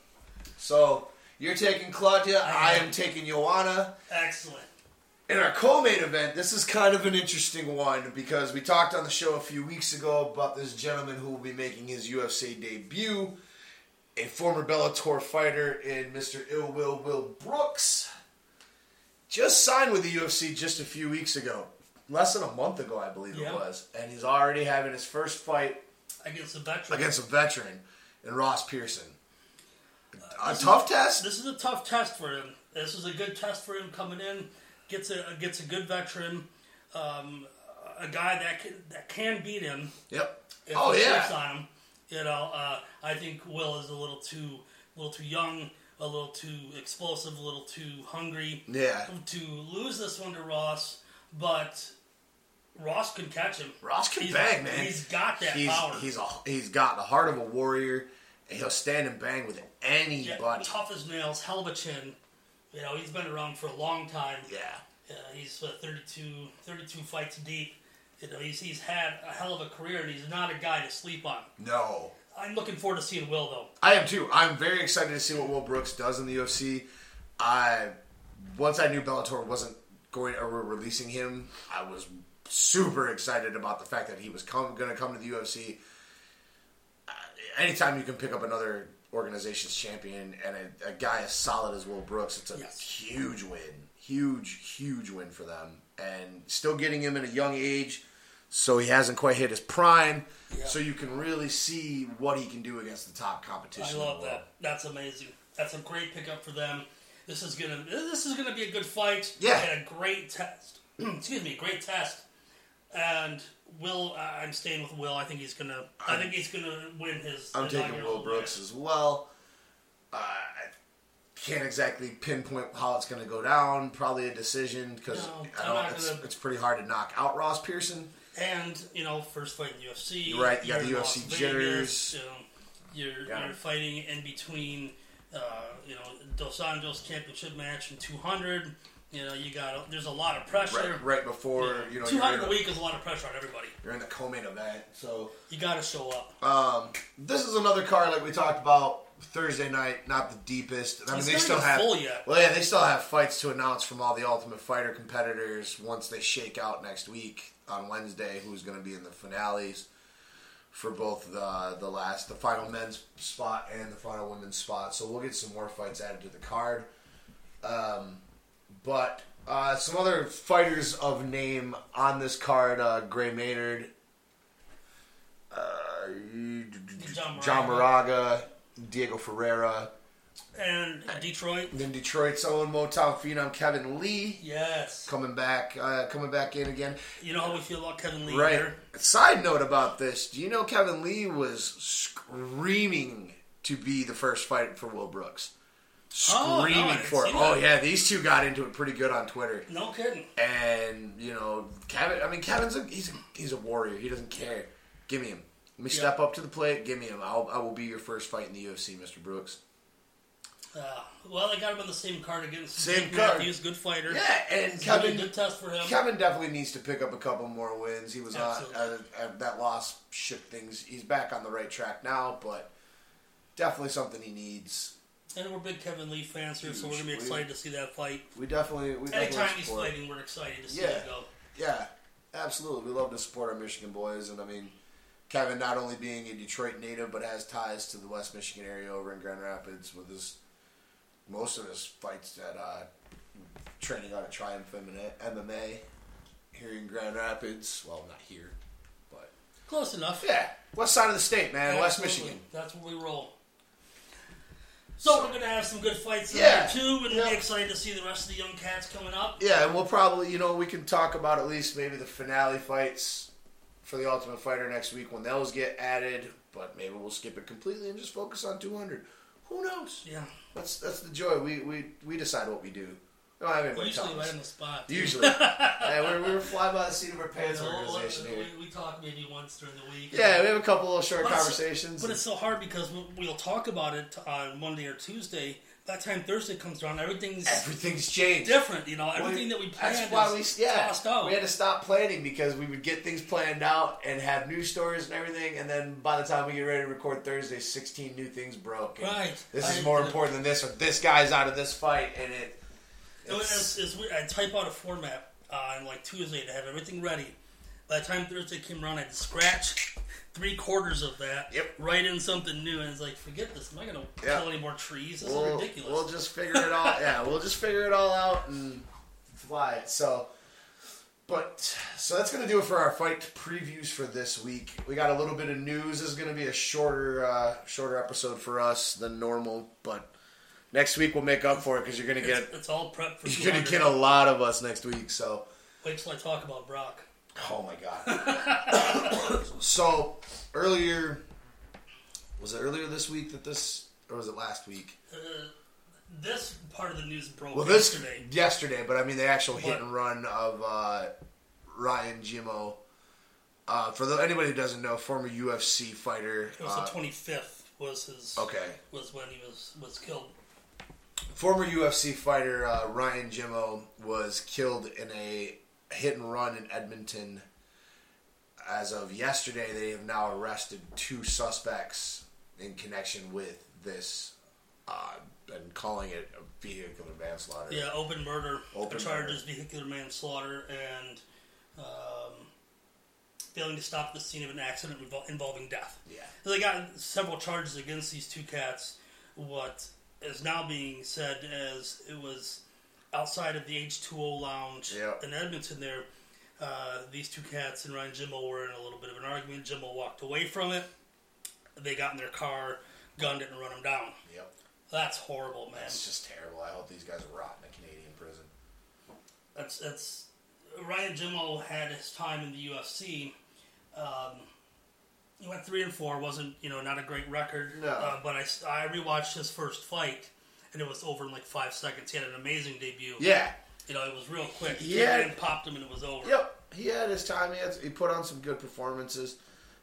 S1: So you're taking Claudia. I,
S2: I am.
S1: am taking Joanna.
S2: Excellent.
S1: In our co-main event, this is kind of an interesting one because we talked on the show a few weeks ago about this gentleman who will be making his UFC debut, a former Bellator fighter in Mr. Ill Will Will Brooks. Just signed with the UFC just a few weeks ago. less than a month ago, I believe
S2: Yeah.
S1: it was, and he's already having his first fight
S2: against a veteran.
S1: against a veteran in Ross Pearson. A tough test.
S2: This is a tough test for him. This is a good test for him coming in. Gets a gets a good veteran, um, a guy that can, that can beat him.
S1: Yep.
S2: if
S1: Oh
S2: he
S1: yeah.
S2: sleeps on him. You know, uh, I think Will is a little too, a little too young, a little too explosive, a little too hungry
S1: Yeah.
S2: to lose this one to Ross. But Ross can catch him.
S1: Ross can
S2: He's-
S1: bang, man.
S2: He's got that
S1: he's,
S2: power.
S1: He's a, he's got the heart of a warrior. And he'll stand and bang with
S2: Yeah,
S1: anybody. Yeah.
S2: tough as nails, hell of a chin. You know, he's been around for a long time. Yeah, he's uh, 32, 32 fights deep. You know, he's, he's had a hell of a career, and he's not a guy to sleep on.
S1: No.
S2: I'm looking forward to seeing Will, though.
S1: I am too. I'm very excited to see what Will Brooks does in the UFC. I once I knew Bellator wasn't going or were releasing him, I was super excited about the fact that he was come going to come to the UFC. Uh, anytime you can pick up another organization's champion and a, a guy as solid as Will Brooks, it's a
S2: Yes.
S1: huge win, huge, huge win for them, and still getting him at a young age. So he hasn't quite hit his prime.
S2: Yeah.
S1: So you can really see what he can do against the top
S2: I
S1: competition. in the
S2: love
S1: world.
S2: that. That's amazing. That's a great pickup for them. This is gonna this is gonna be a good fight.
S1: Yeah.
S2: and a great test. Excuse me, great test. And Will, I- I'm staying with Will. I think he's gonna. i think he's gonna win his.
S1: I'm taking
S2: inaugural
S1: Will Brooks
S2: win.
S1: as well. Uh, I can't exactly pinpoint how it's going to go down. Probably a decision because
S2: No,
S1: I
S2: I'm
S1: don't.
S2: not
S1: It's,
S2: gonna-
S1: it's pretty hard to knock out Ross Pearson.
S2: And you know, first fight in the UFC.
S1: You're right, you got
S2: you're
S1: the
S2: in
S1: UFC
S2: Las
S1: jitters.
S2: Vegas, You know, you're
S1: Yeah.
S2: you're fighting in between. Uh, you know, Dos Anjos championship match and 200. You know, you got there's a lot of pressure.
S1: Right, right before you know you're in,
S2: 200 a
S1: the,
S2: week is a lot of pressure on everybody.
S1: you're in the co-main event. So
S2: You got to show up.
S1: this is another card like we talked about Thursday night. Not the deepest. I mean,
S2: It's
S1: they
S2: not
S1: still
S2: even
S1: have.
S2: full yet.
S1: Well, yeah, they still have fights to announce from all the Ultimate Fighter competitors once they shake out next week on Wednesday. Who's going to be in the finales for both the the last, the final men's spot and the final women's spot. So we'll get some more fights added to the card. Um, but uh, some other fighters of name on this card: uh, Gray Maynard, uh,
S2: John
S1: John Moraga, Diego Ferreira.
S2: and Detroit.
S1: Then Detroit's own Motown phenom Kevin Lee
S2: Yes.
S1: coming back, uh, coming back in again.
S2: You know how we feel about Kevin Lee
S1: Right.
S2: here.
S1: Side note about this: Do you know Kevin Lee was screaming to be the first fight for Will Brooks?
S2: Oh, no, I
S1: Screaming
S2: didn't
S1: for it.
S2: see
S1: Oh
S2: that.
S1: yeah, these two got into it pretty good on Twitter.
S2: No kidding.
S1: And you know, Kevin. I mean, Kevin's a he's a, he's a warrior. He doesn't care. Give me him. Let me step up to the plate. Give me him. I'll, I will be your first fight in the UFC, Mr. Brooks.
S2: Uh, well, they got him on the same card against
S1: Same
S2: Jake
S1: card.
S2: Matthews, good fighter.
S1: Yeah, and
S2: It's gonna be
S1: Kevin
S2: a good test for him.
S1: Kevin definitely needs to pick up a couple more wins. He was on uh,
S2: Absolutely.
S1: uh, that loss shook things. He's back on the right track now, but definitely something he needs.
S2: And we're big Kevin Lee fans here, so we're
S1: Huge.
S2: gonna be
S1: We-
S2: excited to see that fight.
S1: We definitely we definitely
S2: Anytime he's
S1: support.
S2: fighting, we're excited to see
S1: Yeah.
S2: him go.
S1: Yeah, absolutely. We love to support our Michigan boys, and I mean, Kevin not only being a Detroit native, but has ties to the West Michigan area over in Grand Rapids with his most of his fights at uh, training out of Triumph MMA here in Grand Rapids. Well, not here, but
S2: Close enough.
S1: Yeah, west side of the state, man, West
S2: Absolutely.
S1: Michigan.
S2: That's where we roll. So,
S1: So-
S2: we're gonna have some good fights in
S1: Yeah.
S2: there too, and we'll
S1: Yeah.
S2: be excited to see the rest of the young cats coming up.
S1: Yeah, and we'll probably, you know, we can talk about at least maybe the finale fights for the Ultimate Fighter next week when those get added. But maybe we'll skip it completely and just focus on 200. Who knows?
S2: Yeah,
S1: That's that's the joy. We we, we decide what we do. We don't have anybody
S2: usually
S1: telling
S2: right
S1: us.
S2: on the spot.
S1: Usually, yeah, we're we're fly by the seat of our pants
S2: Yeah, we'll-
S1: organization here.
S2: we, we talk maybe once during the week.
S1: Yeah, we have a couple little short
S2: But it's-
S1: conversations.
S2: But it's so hard because we'll, we'll talk about it on Monday or Tuesday. By the time Thursday comes around, everything's
S1: Everything's changed.
S2: different. You know, everything that we planned
S1: That's why we
S2: is
S1: yeah
S2: tossed out.
S1: we had to stop planning because we would get things planned out and have news stories and everything, and then by the time we get ready to record Thursday, sixteen new things broke. and
S2: Right.
S1: This is
S2: I-
S1: more important than this, or this guy's out of this fight, and it.
S2: It was- it's, it's weird. I type out a format uh, on like Tuesday to have everything ready. By the time Thursday came around, I'd scratch three quarters of that,
S1: Yep.
S2: write in something new, and it's like, forget this. Am I going to
S1: Yeah.
S2: kill any more trees? This
S1: we'll,
S2: is ridiculous.
S1: We'll just figure it all. yeah, we'll just figure it all out and fly it. So, But so that's gonna do it for our fight previews for this week. We got a little bit of news. This is gonna be a shorter, uh, shorter episode for us than normal, but next week we'll make up for it because you're gonna
S2: It's,
S1: get
S2: it's all prep for
S1: you're gonna
S2: 200.
S1: get a lot of us next week. So
S2: Wait till I talk about Brock.
S1: oh my god. so earlier was it earlier this week that this or was it last week?
S2: Uh, this part of the news broke
S1: Well, this
S2: yesterday.
S1: yesterday, but I mean the actual hit
S2: What?
S1: and run of uh, Ryan Jimo. Uh, for the, anybody who doesn't know, former UFC fighter.
S2: It was
S1: uh,
S2: the twenty fifth. Was his
S1: okay,
S2: Was when he was was killed.
S1: former UFC fighter uh, Ryan Jimo was killed in a hit and run in Edmonton. As of yesterday, they have now arrested two suspects in connection with this, uh, and calling it a vehicular manslaughter.
S2: Yeah, open murder.
S1: Open
S2: the charges: vehicular manslaughter and um, failing to stop the scene of an accident revol- involving death.
S1: Yeah.
S2: So they got several charges against these two cats. What is now being said as it was outside of the H2O lounge
S1: Yeah.
S2: in Edmonton there. Uh, these two cats and Ryan Jimmo were in a little bit of an argument. Jimmo walked away from it. They got in their car, gunned it, and run him down.
S1: Yep.
S2: That's horrible, man.
S1: It's just terrible. I hope these guys rot in a Canadian prison.
S2: That's that's Ryan Jimmo had his time in the UFC. Um, he went three and four. wasn't you know not a great record.
S1: No.
S2: Uh, but I, s- I rewatched his first fight, and it was over in like five seconds. He had an amazing debut.
S1: Yeah.
S2: You know it was real quick.
S1: Yeah.
S2: And popped him, and it was over.
S1: Yep. He had his time. He, had, he put on some good performances.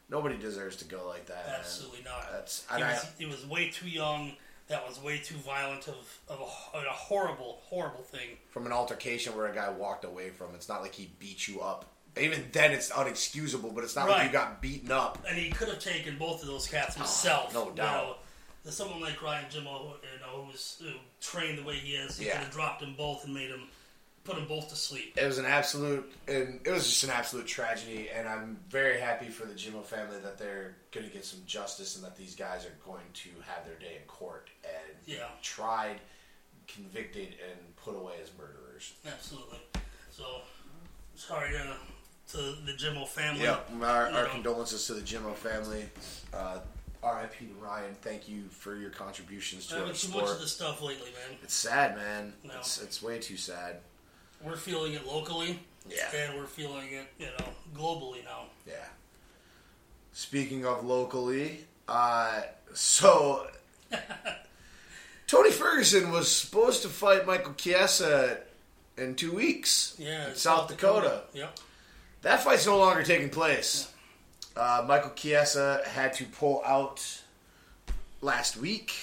S1: Nobody deserves to go like that. man.
S2: Absolutely not.
S1: That's-
S2: he,
S1: and I-
S2: was, he was way too young. That was way too violent of, of a, ho- a horrible, horrible thing.
S1: From an altercation where a guy walked away from. It's not like he beat you up. Even then, it's unexcusable. But it's not like
S2: Right.
S1: you got beaten up.
S2: and he could have taken both of those cats himself.
S1: no
S2: you
S1: doubt.
S2: know. There's someone like Ryan Jimmo, you know, who's who trained the way he is, he
S1: Yeah.
S2: could have dropped them both and made them, put them both to sleep.
S1: It was an absolute, and it was just an absolute tragedy. And I'm very happy for the Jimmo family that they're going to get some justice and that these guys are going to have their day in court and
S2: Yeah.
S1: tried, convicted, and put away as murderers.
S2: Absolutely. So, sorry to, to the Jimmo family.
S1: Yep. Our,
S2: you
S1: our
S2: know.
S1: condolences to the Jimmo family. Uh, R.I.P. to Ryan. Thank you for your contributions
S2: I
S1: to our
S2: haven't too much of
S1: sport.
S2: this stuff lately, man.
S1: It's sad, man.
S2: No.
S1: It's it's way too sad.
S2: We're feeling it locally,
S1: Yeah.
S2: and we're feeling it, you know, globally now.
S1: Yeah. Speaking of locally, uh, so Tony Ferguson was supposed to fight Michael Chiesa in two weeks
S2: Yeah,
S1: in South Dakota.
S2: Yep.
S1: That fight's no longer taking place. Uh, Michael Chiesa had to pull out last week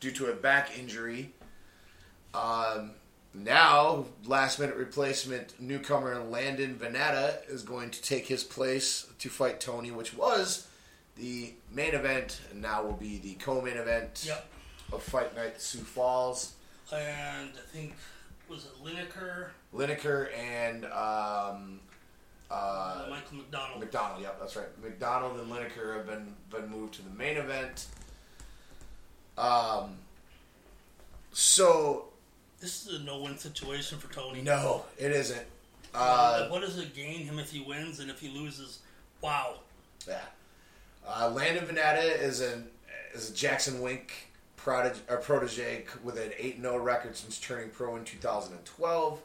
S1: due to a back injury. Um, now, last minute replacement newcomer Landon Venata is going to take his place to fight Tony, which was the main event and now will be the co main event
S2: Yep.
S1: of Fight Night Sioux Falls.
S2: And I think was it Lineker,
S1: Lineker and um, uh,
S2: Michael McDonald.
S1: McDonald, yep, that's right. McDonald and Lineker have been been moved to the main event. Um, so
S2: This is a no-win situation for Tony.
S1: no, it isn't. Uh,
S2: what does it gain him if he wins and if he loses? Wow.
S1: yeah, uh, Landon Venata is an is a Jackson Wink prodigy, or protege with an eight 0 record since turning pro in 2012.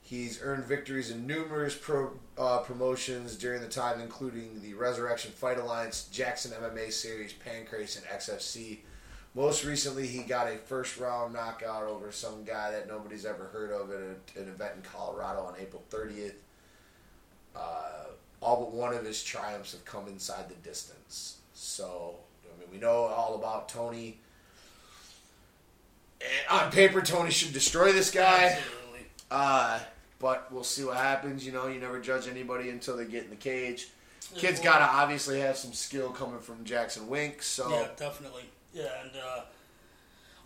S1: He's earned victories in numerous pro, uh, promotions during the time, including the Resurrection Fight Alliance, Jackson MMA Series, Pancrase, and XFC. Most recently, he got a first round knockout over some guy that nobody's ever heard of at a, an event in Colorado on April 30th. Uh, all but one of his triumphs have come inside the distance. So, I mean, we know all about Tony. And on paper, Tony should destroy this guy.
S2: Absolutely.
S1: Uh, but we'll see what happens. You know, you never judge anybody until they get in the cage. Kid's
S2: Yeah,
S1: got to obviously have some skill coming from Jackson Wink. So,
S2: Yeah, definitely. Yeah, and uh,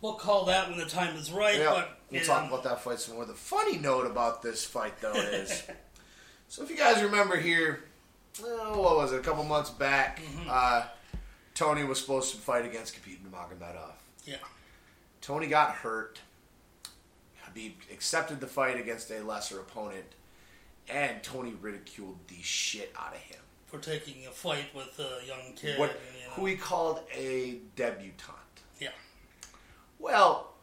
S2: we'll call that when the time is right.
S1: Yeah,
S2: But
S1: we'll
S2: yeah,
S1: talk about that fight some more. The funny note about this fight, though, is so if you guys remember here, uh, what was it, a couple months back,
S2: Mm-hmm.
S1: uh, Tony was supposed to fight against Khabib Nurmagomedov.
S2: yeah,
S1: Tony got hurt. Habib accepted the fight against a lesser opponent, and Tony ridiculed the shit out of him.
S2: for taking a fight with a young kid.
S1: What,
S2: and, you know,
S1: who he called a debutante.
S2: yeah.
S1: Well,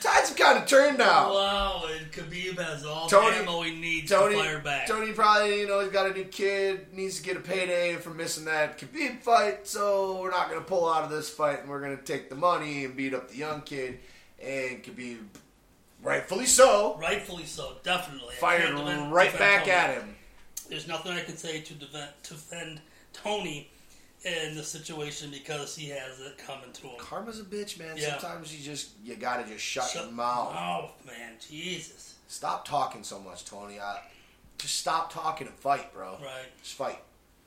S1: tides have kind of turned now.
S2: Wow, and Khabib has all
S1: Tony-
S2: the ammo he needs
S1: Tony,
S2: to fire back.
S1: Tony probably, you know, he's got a new kid, needs to get a payday for missing that Khabib fight, so we're not going to pull out of this fight and we're going to take the money and beat up the young kid. And Khabib, rightfully so,
S2: Rightfully so, definitely. I
S1: fired
S2: can't defend-
S1: right
S2: defend
S1: back
S2: Tony.
S1: at him.
S2: There's nothing I can say to defend, to defend Tony in this situation because he has it coming to him.
S1: Karma's a bitch, man.
S2: Yeah.
S1: Sometimes you just, you got to just shut,
S2: Shut
S1: your mouth.
S2: mouth, man. Jesus.
S1: Stop talking so much, Tony. I, just stop talking and fight, bro.
S2: Right.
S1: Just fight.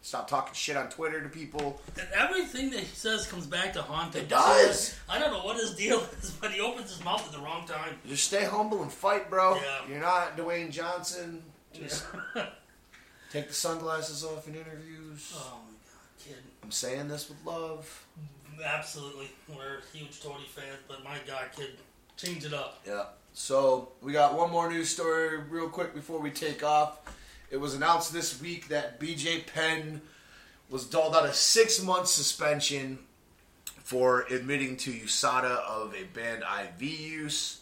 S1: Stop talking shit on Twitter to people.
S2: And everything that he says comes back to haunt him.
S1: It does.
S2: I don't know what his deal is, but he opens his mouth at the wrong time.
S1: Just stay humble and fight, bro.
S2: Yeah.
S1: You're not Dwayne Johnson. Just take the sunglasses off in interviews.
S2: oh my god, kid.
S1: I'm saying this with love.
S2: Absolutely. We're huge Tony fans, but my god, kid, change it up.
S1: Yeah. So we got one more news story real quick before we take off. It was announced this week that BJ Penn was doled out a six month suspension for admitting to USADA of a banned IV use.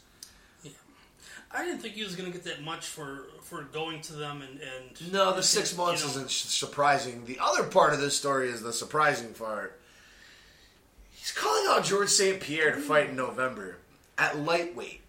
S2: I didn't think he was gonna get that much for for going to them and and
S1: No, the six
S2: you
S1: months
S2: know,
S1: isn't su- surprising. The other part of this story is the surprising part. He's calling out George St. Pierre to fight in November at lightweight.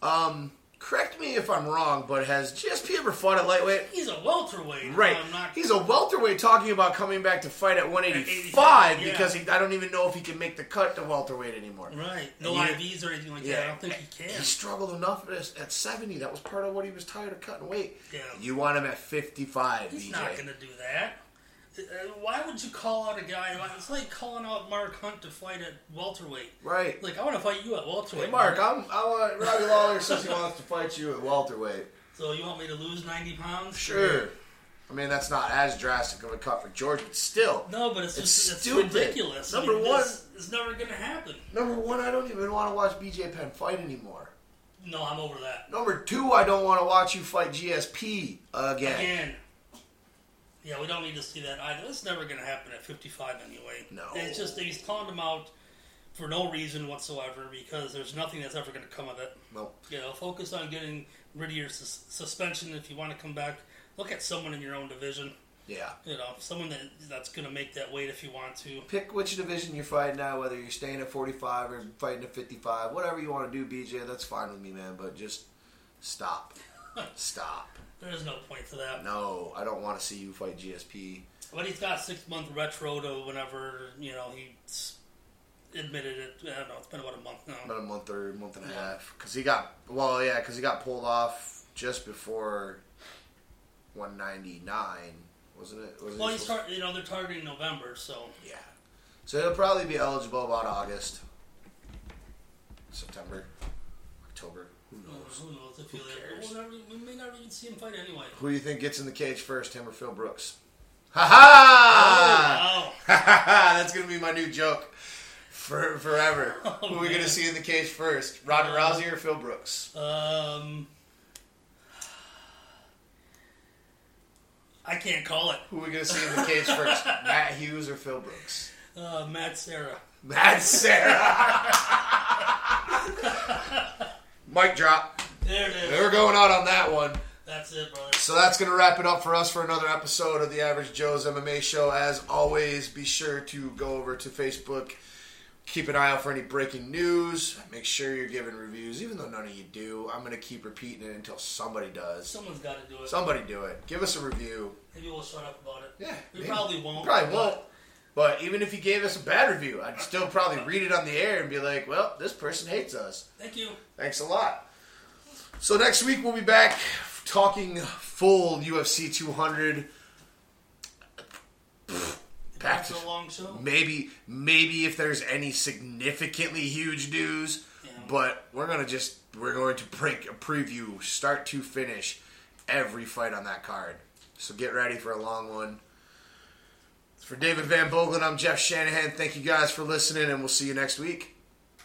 S1: Um, correct me if I'm wrong, but has GSP ever fought at lightweight?
S2: He's a welterweight.
S1: Right.
S2: I'm not.
S1: He's a welterweight talking about coming back to fight at 185
S2: 185, yeah.
S1: because he, I don't even know if he can make the cut to welterweight anymore.
S2: right. No
S1: And you-
S2: IVs or anything like that. I don't think he can.
S1: He struggled enough at, at 70. That was part of what he was tired of cutting weight.
S2: Yeah.
S1: You want him at 55,
S2: He's
S1: BJ.
S2: not gonna do that. Uh, Why would you call out a guy? It's like calling out Mark Hunt to fight at welterweight.
S1: Right.
S2: Like I want to fight you at welterweight.
S1: Hey, Mark, I'm, I want Robbie Lawler says he wants to fight you at welterweight.
S2: So you want me to lose ninety pounds?
S1: Sure. I mean, that's not as drastic of a cut for George, but still.
S2: No, but it's,
S1: It's
S2: just it's
S1: stupid.
S2: ridiculous. I
S1: Number
S2: mean,
S1: one-
S2: this is never gonna happen.
S1: Number one, I don't even want to watch BJ Penn fight anymore.
S2: No, I'm over that.
S1: Number two, I don't want to watch you fight GSP again.
S2: Again. Yeah, we don't need to see that either. It's never gonna happen at fifty five anyway.
S1: No.
S2: It's just he's calling him out for no reason whatsoever because there's nothing that's ever gonna come of it.
S1: Nope.
S2: You know, focus on getting rid of your sus- suspension if you want to come back. Look at someone in your own division.
S1: Yeah.
S2: You know, someone that that's going to make that weight if you want to.
S1: Pick which division you're fighting now, whether you're staying at 45 or fighting at 55, whatever you want to do, BJ, that's fine with me, man, but just stop. stop.
S2: There is no point to that.
S1: No, I don't want to see you fight GSP.
S2: But he's got six month retro to whenever you know he s- admitted it. I don't know. It's been about a month now.
S1: about a month or month and a half because he got well yeah because he got pulled off just before 199 wasn't it was
S2: Well, he's tar- you know they're targeting November, so
S1: yeah so he'll probably be eligible about august september october who
S2: uh,
S1: knows
S2: who knows if
S1: Oh, Who
S2: he'll
S1: cares?
S2: we'll never, we may never even see him fight anyway.
S1: who do you think gets in the cage first him or phil brooks ha ha
S2: Oh, wow.
S1: ha ha ha that's gonna be my new joke for forever
S2: Oh,
S1: who are we gonna
S2: man.
S1: see in the cage first ronda
S2: Uh,
S1: rousey or phil brooks
S2: Um, I can't call it.
S1: Who are we gonna see in the cage first? Matt Hughes or Phil Brooks?
S2: Uh, Matt Sarah.
S1: Matt Sarah. Mic drop.
S2: There it is.
S1: We're going out on that one.
S2: That's it, brother.
S1: So that's going to wrap it up for us for another episode of the Average Joe's MMA Show. As always, be sure to go over to Facebook. Keep an eye out for any breaking news. Make sure you're giving reviews, even though none of you do. I'm going to keep repeating it until somebody does.
S2: Someone's got to do it.
S1: Somebody do it. Give us a review.
S2: Maybe we'll shut up about it.
S1: Yeah,
S2: we
S1: maybe.
S2: probably won't.
S1: Probably won't.
S2: but-
S1: But even if you gave us a bad review, I'd still probably read it on the air and be like, well, this person hates us.
S2: Thank you.
S1: Thanks a lot. So next week we'll be back talking full UFC 200. Back
S2: Back
S1: to
S2: a long show.
S1: maybe maybe if there's any significantly huge news,
S2: Yeah.
S1: but we're gonna just we're going to break a preview start to finish every fight on that card. So get ready for a long one. For David Van Boglin, I'm Jeff Shanahan. Thank you guys for listening, and we'll see you next week.